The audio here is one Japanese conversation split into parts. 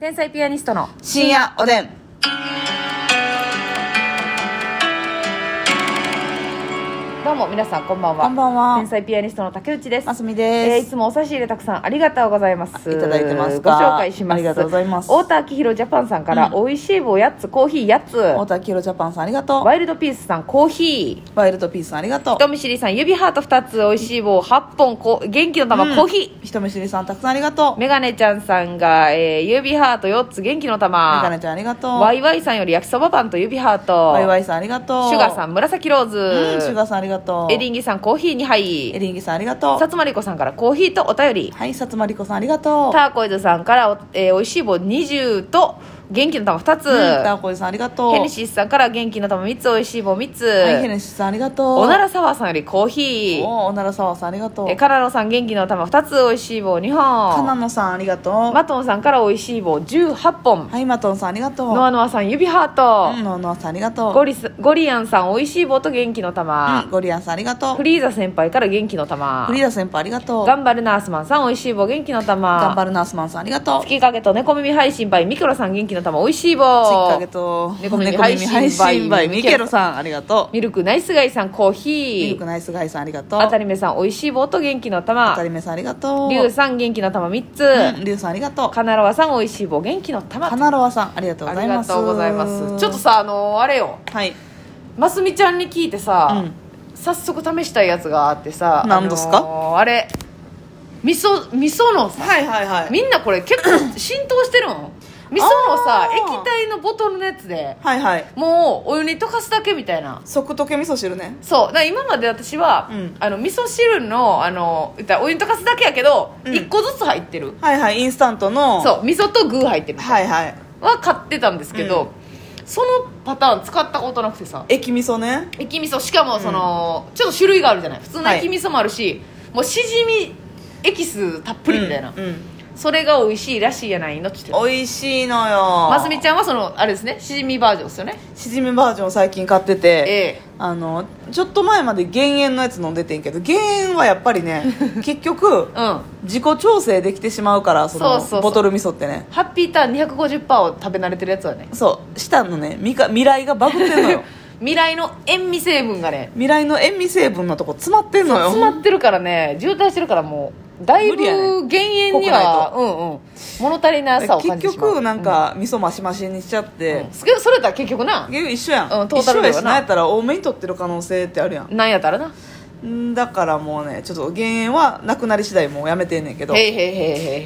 天才ピアニストの深夜おでんどうも皆さんこんばんはこんばんは天才ピアニストの竹内です、ますみえーでいす、つもお差し入れたくさんありがとうございますあいただいてますごか紹介しますありがとうございます太田明宏ジャパンさんから、美味しい棒8つコーヒー8太つ田キロジャパンさんありがとワイルドピースさんコーヒーうワイルドピースさんありがとう人見知りさん指ハート2つ美味しい棒8本こう元気の玉、うんコーヒ人見知りさんたくさんありがとうーメガネちゃんさんが、えー指ハート4つ元気のメガ玉ネちゃんありがとうワイワイさんより焼きそばパンと指ハートワイワイさんありがとうシュガーさん紫ローズ、うんシュガーさんありがとうエリンギさんコーヒー2杯エリンギさんありがとうさつまりこさんからコーヒーとお便りはいさつまりこさんありがとうターコイズさんからお,、えーおいしい棒20と元気の玉2つ、うんターコイズさんありがとうヘネシスさんから元気の玉3つおいしい棒3つ、はいヘネシスさんありがとうおならサワーさんよりコーヒーおおならさわさんありがとうえーカラロさん元気の玉2つおいしい棒2かな本のさんありがとうマトンさんからおいしい棒18本はいマトンさんありがとうノアノアさん指ハーうト、んノアノアさんありがとうゴリスゴリアンさんおいしい棒と元気の玉、うんゴリアンさんありがとうフリーザ先輩から元気の玉フリーダ先輩ありがとう頑張るナースマンさんおいしい棒元気の玉頑張るナースマンさんありがとう月影と猫耳配信バイミクロさん元気の玉おいしい棒きっかけと猫耳配信 by ミケロさんありがとうミルクナイスガイさんコーヒミルークナイスガイさんありがとうあたりめさんおいしい棒と元気のあ玉たりめさんありがとうリュウさん元気の玉3つ、うんリュウさんありがとうカナロワさんおいしい棒元気の玉カナロワさんありがとうあござりいがますとうございますちょっとさあのーあれよはいますみちゃんに聞いてさ、うん早速試したいやつがあってさ何ですかあのーあれ味噌味噌のさはいはいはみんなこれ結構浸透してるん味噌のさあー液体のボトルのやつではいはいもうお湯に溶かすだけみたいな即溶け味噌汁ねそうだから今まで私は、うんあの味噌汁のあの言ったらお湯に溶かすだけやけど、うん一1個ずつ入ってるはいはいインスタントのそう味噌と具入ってるはいはいは買ってたんですけど、そのパターン使ったことなくてさ液味噌ね液味噌しかもその、ちょっと種類があるじゃない普通のはい液味噌もあるし、もうしじみエキスたっぷりみたいな、うんうんそれが美味しいらしいやないのって言ってた美味しいのよますみちゃんはそのあれですねしじみバージョンですよねしじみバージョンを最近買っててええあのちょっと前まで減塩のやつ飲んでてんけど減塩はやっぱり ね結局うん自己調整できてしまうからそのそうそうそうボトル味噌ってねハッピーターン250%を食べ慣れてるやつはねそう舌のね未か未来がバグってん のよ未来の塩味成分がね未来の塩味成分のとこ詰まってんのよ詰まってるからね渋滞してるからもうだいぶ無理やね減塩には、うんうん物足りなさを感結じてしまう局なんか味噌マシマシにしちゃっうん、てうん、、それそれだ結局な結局一緒やん、うんトー一タル緒でやはなしなんやったら多めに取ってる可能性ってあるやんなんやったらなんだからもうねちょっと減塩はなくなり次第もうやめてんねんけどへいへいへいへい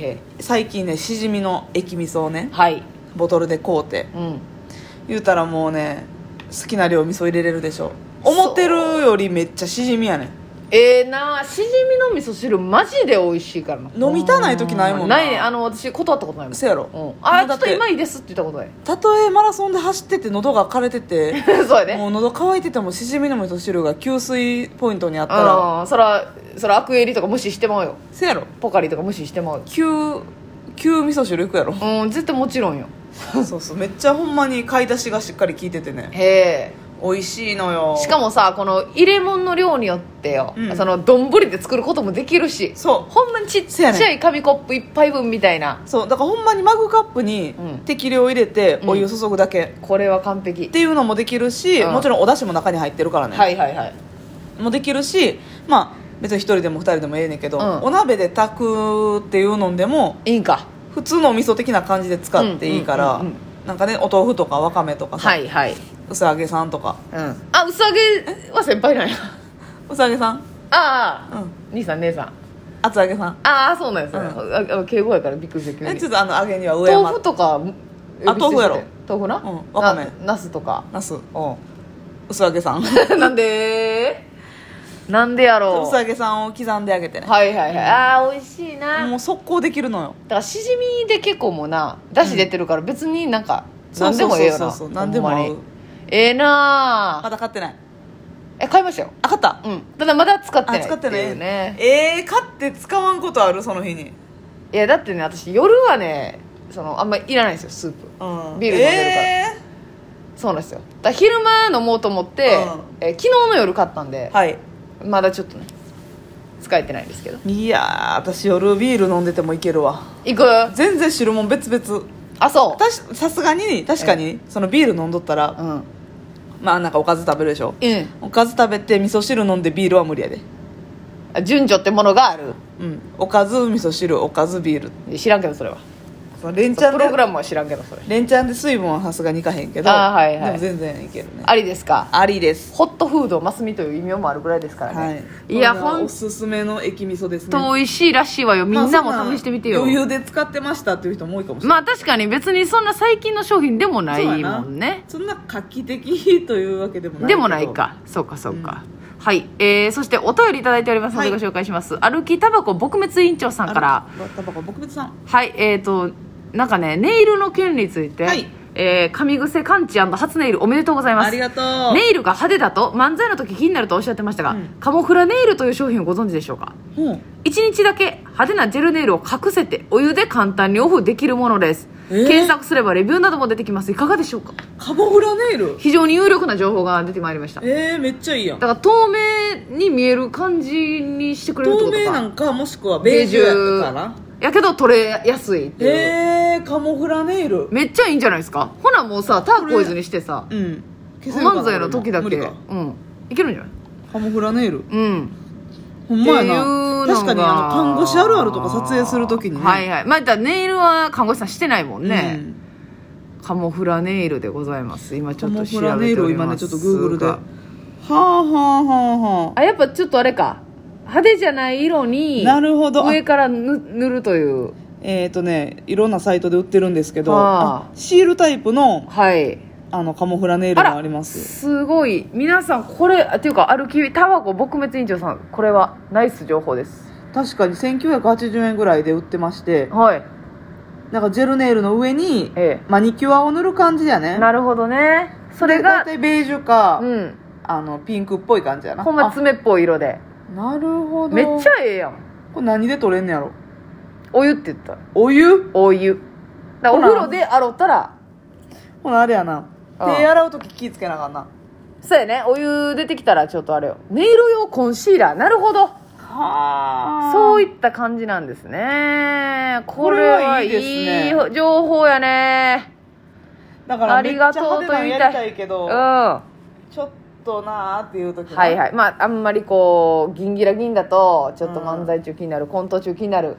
へい最近ねしじみの液味噌をねはいボトルで買うてうん言うたらもうね好きな量味噌入れれるでしょ思ってるよりめっちゃしじみやねんええなしじみの味噌汁マジで美味しいからな飲みたない時ないもんなないねあの私断ったことないもんせやろうん、あーちょだってと今いいですって言ったことない たとえマラソンで走ってて喉が枯れててそうやねもう喉乾いててもしじみの味噌汁が給水ポイントにあったらうんそらそらアクエリとか無視してまうよせやろポカリとか無視してまうよ急急味噌汁いくやろ うん絶対もちろんよそうそうめっちゃほんまに買い出しがしっかり効いててねへ美味しいのよえしかもさこの入れ物の量によってよ、うんその丼で作ることもできるしそほんまにちっちゃい紙コップ一杯分みたいなうそうだからほんまにマグカップにうん適量入れてうんお湯注ぐだけ、っこれは完璧ていうのもできるし、うんもちろんお出汁も中に入ってるからね、はいはいはいもできるしまあ別に一人でも二人でもええねんけど、うんお鍋で炊くっていうのでもいいんか普通のお味噌的な感じで使っていいから、うんうんうんなんかねお豆腐とかわかめとかさ、はいはいうさ揚げさんとかうんあ薄揚げは先輩なんやうさ揚げさんああ、うん兄さん姉さん厚揚げさんああそうなんですね、うんああの敬語やからびっくりして急えにちょっとあの揚げには上豆腐山とかえあ豆腐やろ豆腐な、うんわかめな茄子とか なすううさ揚げさん うんなんでなんでやろううさ揚げさんを刻んであげてねはいはいはいああ美味しいなもう速攻できるのよだからしじみで結構もうなだし出てるから別になんかそう何でもええよそなうそうそうそう何でも合うほんまにええなまあだ買ってないえ買いましたよあ買ったうんただまだ使ってなあい使っていなういねええー、買って使わんことあるその日にいやだってね私夜はねそのあんまりいらないんですよスープうんビール飲んでるからえそうなんですよだから昼間飲もうと思って、うえ昨日の夜買ったんでー、はいまだちょっとね使えてないですけどいやー私夜ビール飲んでてもいけるわ行くあ全然汁もん別々あそたしさすがに確かにそのビール飲んどったうらうんまあなんかおかず食べるでしょうんおかず食べて味噌汁飲んでビールは無理やであ順序ってものがあるうんおかず味噌汁おかずビール知らんけどそれはそのレンチャプンでログラムは知らんけどそれレンチャンで水分はさすがにいかへんけどあーはいはいでも全然いけるねありですかありですホットフードマスミという意味もあるぐらいですからはね、いい、やこれは本おすすめの駅味噌ですね当美味しいらしいわよみんなもまあそ試してみてよ余裕で使ってましたっていう人も多いかもしれないまあ確かに別にそんな最近の商品でもないそうやなもんねそんな画期的というわけでもないけどでもないかそうかそうか、はい、えー、そしてお便りいただいておりますのではごい紹介します、歩きタバコ撲滅委員長さんからあらタバコ僕別さんはいえー、となんかねネイルの件について、はいえー、髪癖感知初ネイルおめでとうございますありがとうネイルが派手だと漫才の時気になるとおっしゃってましたが、うんカモフラネイルという商品をご存知でしょうかうん1日だけ派手なジェルネイルを隠せてお湯で簡単にオフできるものです、えー検索すればレビューなども出てきますいかがでしょうかカモフラネイル非常に有力な情報が出てまいりましただえー、めっちゃいいやんから透明に見える感じにしてくれるってこと透か明なんかもしくはベージュやったかなやけど取れやすいっていう、えー、カモフラネイルめっちゃいいんじゃないですかほなもうさターコイズにしてさうん消せるかな漫才の時だ無け理かうんいけるんじゃないカモフラネイルうんほんまやっなていうのが確かにあの看護師あるあるとか撮影するときにねはいはいまあ言ったらネイルは看護師さんしてないもんね、うんカモフラネイルでございます今ちょカっとモ調フラネべイてルおをり今まねすちょがっとグーグルではあはあはあはあやっぱちょっとあれか派手じゃない色になるほど上からぬ塗るというあえっ、とねいろんなサイトで売ってるんですけど、はああシールタイプのはいあのカモフラネイルもありますすごい皆さんこれっていうか歩きタバコ撲滅委員長さんこれはナイス情報です確かに1980円ぐらいで売ってましてはいなんかジェルネイルの上にえマニキュアを塗る感じだよねなるほどねそれだいがたいベージュか、うんあのピンクっぽい感じやなほんまあ爪っぽい色でなるほどめっちゃええやんこれ何で取れんねやろお湯って言ったお湯お湯だからおほら風呂で洗ったらほなあれやなああ手洗う時気ぃつけなあかんなそうやねお湯出てきたらちょっとあれよネイル用コンシーラーなるほどはそういいった感じなんですねここれれははいいいですねい情報やねだからあめっりちゃがとう派と手なの言いやたりいたいけうどんはちょっとなあっていう時いなはいまああんまりこうギンギラギンだとちょっと漫才中気になる、コント中気になる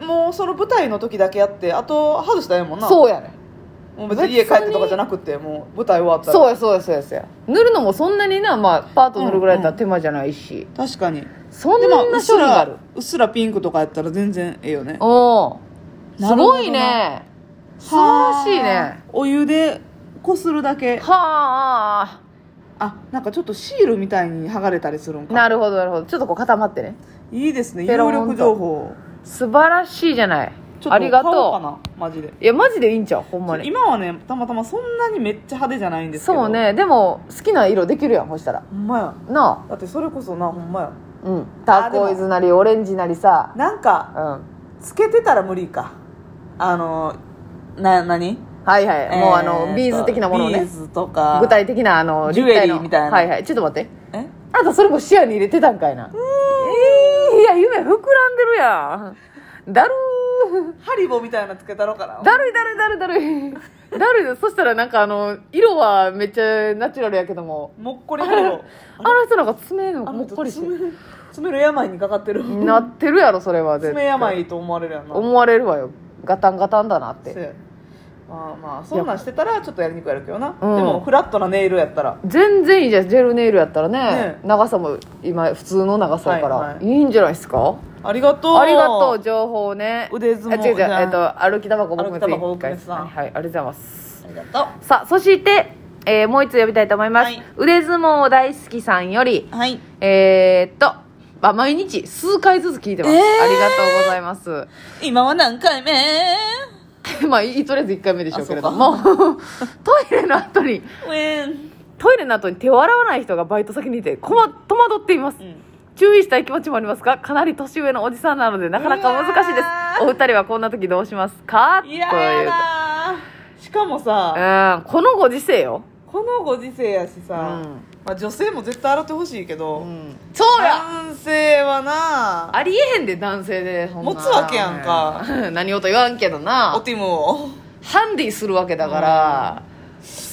もうその舞台の時だけやってあと外したらええもんなそうやねもう別に家帰ってとかじゃなくてもう舞台終わったらそうやそうやそうやそうや塗るのもそんなにな、まあ、パート塗るぐらいだったら手間じゃないし、確かにそでんもうなっ商す品があるらうっすらピンクとかやったら全然ええよねおーなするほどごないね素晴らしいねはあお湯でこするだけはああなんかちょっとシールみたいに剥がれたりするんかなるほどなるほどちょっとこう固まってねいいですねペ有ロンと力情報素晴らしいじゃないちょあっりとが買おうかとなマジでういやマジでいいんちゃうほんまに今はねたまたまそんなにめっちゃ派手じゃないんですけどそうねでも好きな色できるやんほしたらほんまやなだってそれこそなほんまやあうんターコイズなりオレンジなりさなんうかんはつけてたら無理かあのな何いはい、もうあのビーズ的なものをビねーズとか具体的なあのジュエリー立体のみたいなはいはいちょっと待ってえあとそれも視野に入れてたんかいなえーいや夢膨らんでるやんだるーハリボみたいなつけたろかなだるいだるいだるいだるいだるいよそしたらなんかあの色はめっちゃナチュラルやけどももっこりハリボ あの人なんか爪のあもっこりして爪爪の病にかかってるなってるやろそれは絶爪対病と思われるやんな思われるわよガタンガタンだなっそうてやまあまあそんなんしてたらちょっとやりにくいやるけどな、うんでもフラットなネイルやったら全然いいじゃんジェルネイルやったらねね長さも今普通の長さやから、はいいはいい、んじゃないですかありがとうありがとう情報ね腕相撲あ違う違う、じゃあえっと、歩きタバコ僕も歩きタバコ僕もさはい、はい、ありがとうございますありがとうさあそして、えーもう一つ呼びたいと思います、はい腕相撲大好きさんよりはいえー、っと、まあ、毎日数回ずつ聞いてます、えーありがとうございます 今は何回目まあいいとりあえず1回目でしょうけれどあも トイレの後にウェントイレの後に手を洗わない人がバイト先にいてこま戸惑っています、うん注意したい気持ちもありますがかなり年上のおじさんなのでなかなか難しいでうわすーお二人はこんな時どうしますかいややなしかもとさいううんこのご時世よ、このご時世やしうさ、まあ、女性も絶対洗ってほしいけど、んそうや男性はなありえへんで男性でほんま 持つわけやんか何をと言わんけどおなティムをハンディするわけだから、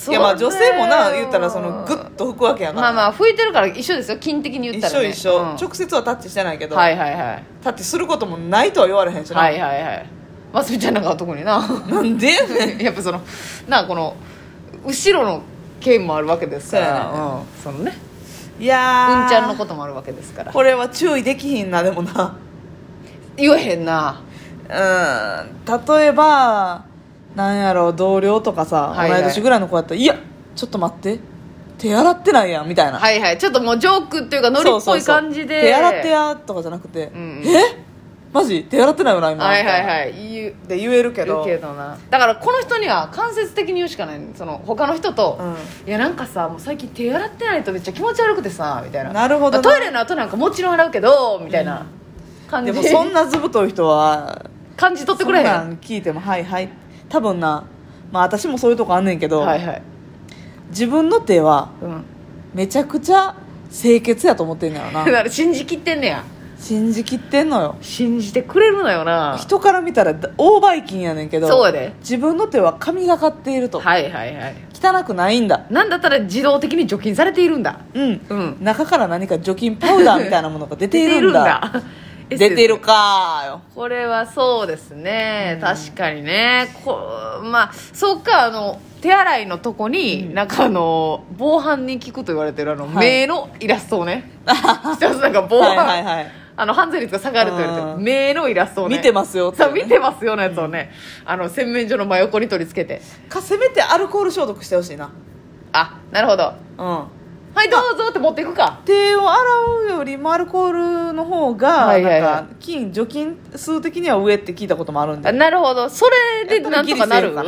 いやまあ女性もな言ったらそのグぐッと拭くわけやから、まあまあ拭いてるから一緒ですよ筋的に言っ一たら、緒ね、一緒、うん直接はタッチしてないけど、はいはいはいタッチすることもないとは言われへんしな、はいはいはいまスみちゃんなんかは特にな なんでやねんやっぱそのなあこの後ろの件もあるわけですからそうやねうんそのねいやーうんちゃんのこともあるわけですからこれは注意できひんなでもな言えへんなうん例えばなんやろう同僚とかさ、はいはい同い年ぐらいの子やったら「いやちょっと待って手洗ってないやん」みたいな、はいはいちょっともうジョークっていうかノリっぽい感じで手洗ってや」とかじゃなくて「うんえマジ手洗ってないよな今」はいはいいはい言うで言えるけ言どうけどなだからこの人には間接的に言うしかないその他の人と、いやなんかさもう最近手洗ってないとめっちゃ気持ち悪くてさみたいななるほどなトイレの後なんかもちろん洗うけどみたいなう感ん、じでもそんなずぶとい人は感じ取ってそくんれへんなはん聞いても「はいはい」多分なまあ私もそういうとこあんねんけど、いはい、自分の手はうん、めちゃくちゃ清潔やと思ってんのよだ なから信じきってんねや信じきってんのよ信じてくれるのよな人から見たらだ大ばい菌やねんけどそうやで自分の手は神がかっていると、はいはいはい汚くないんだなんだったら自動的に除菌されているんだうん、うん中から何か除菌パウダーみたいなものが出ているんだ出出ててるるんだかーよこれはそうですね確かにねこまあそうかあの手洗いのとこに、なんかあの防犯に効くと言われてるあの、はい目のイラストをね 一つなんか防はい犯、はいはいあの犯罪率が下がると言われてうるん目のイラストを、ね、見てますよってそう見てますよのやつをね、あの洗面所の真横に取り付けてかせめてアルコール消毒してほしいなあなるほどうんはいどうぞって持っていくか手を洗うよりもアルコールの方がはいはいはいなんか菌除菌数的には上って聞いたこともあるんであなるほどそれでなんとかなるやっぱりギリセーフか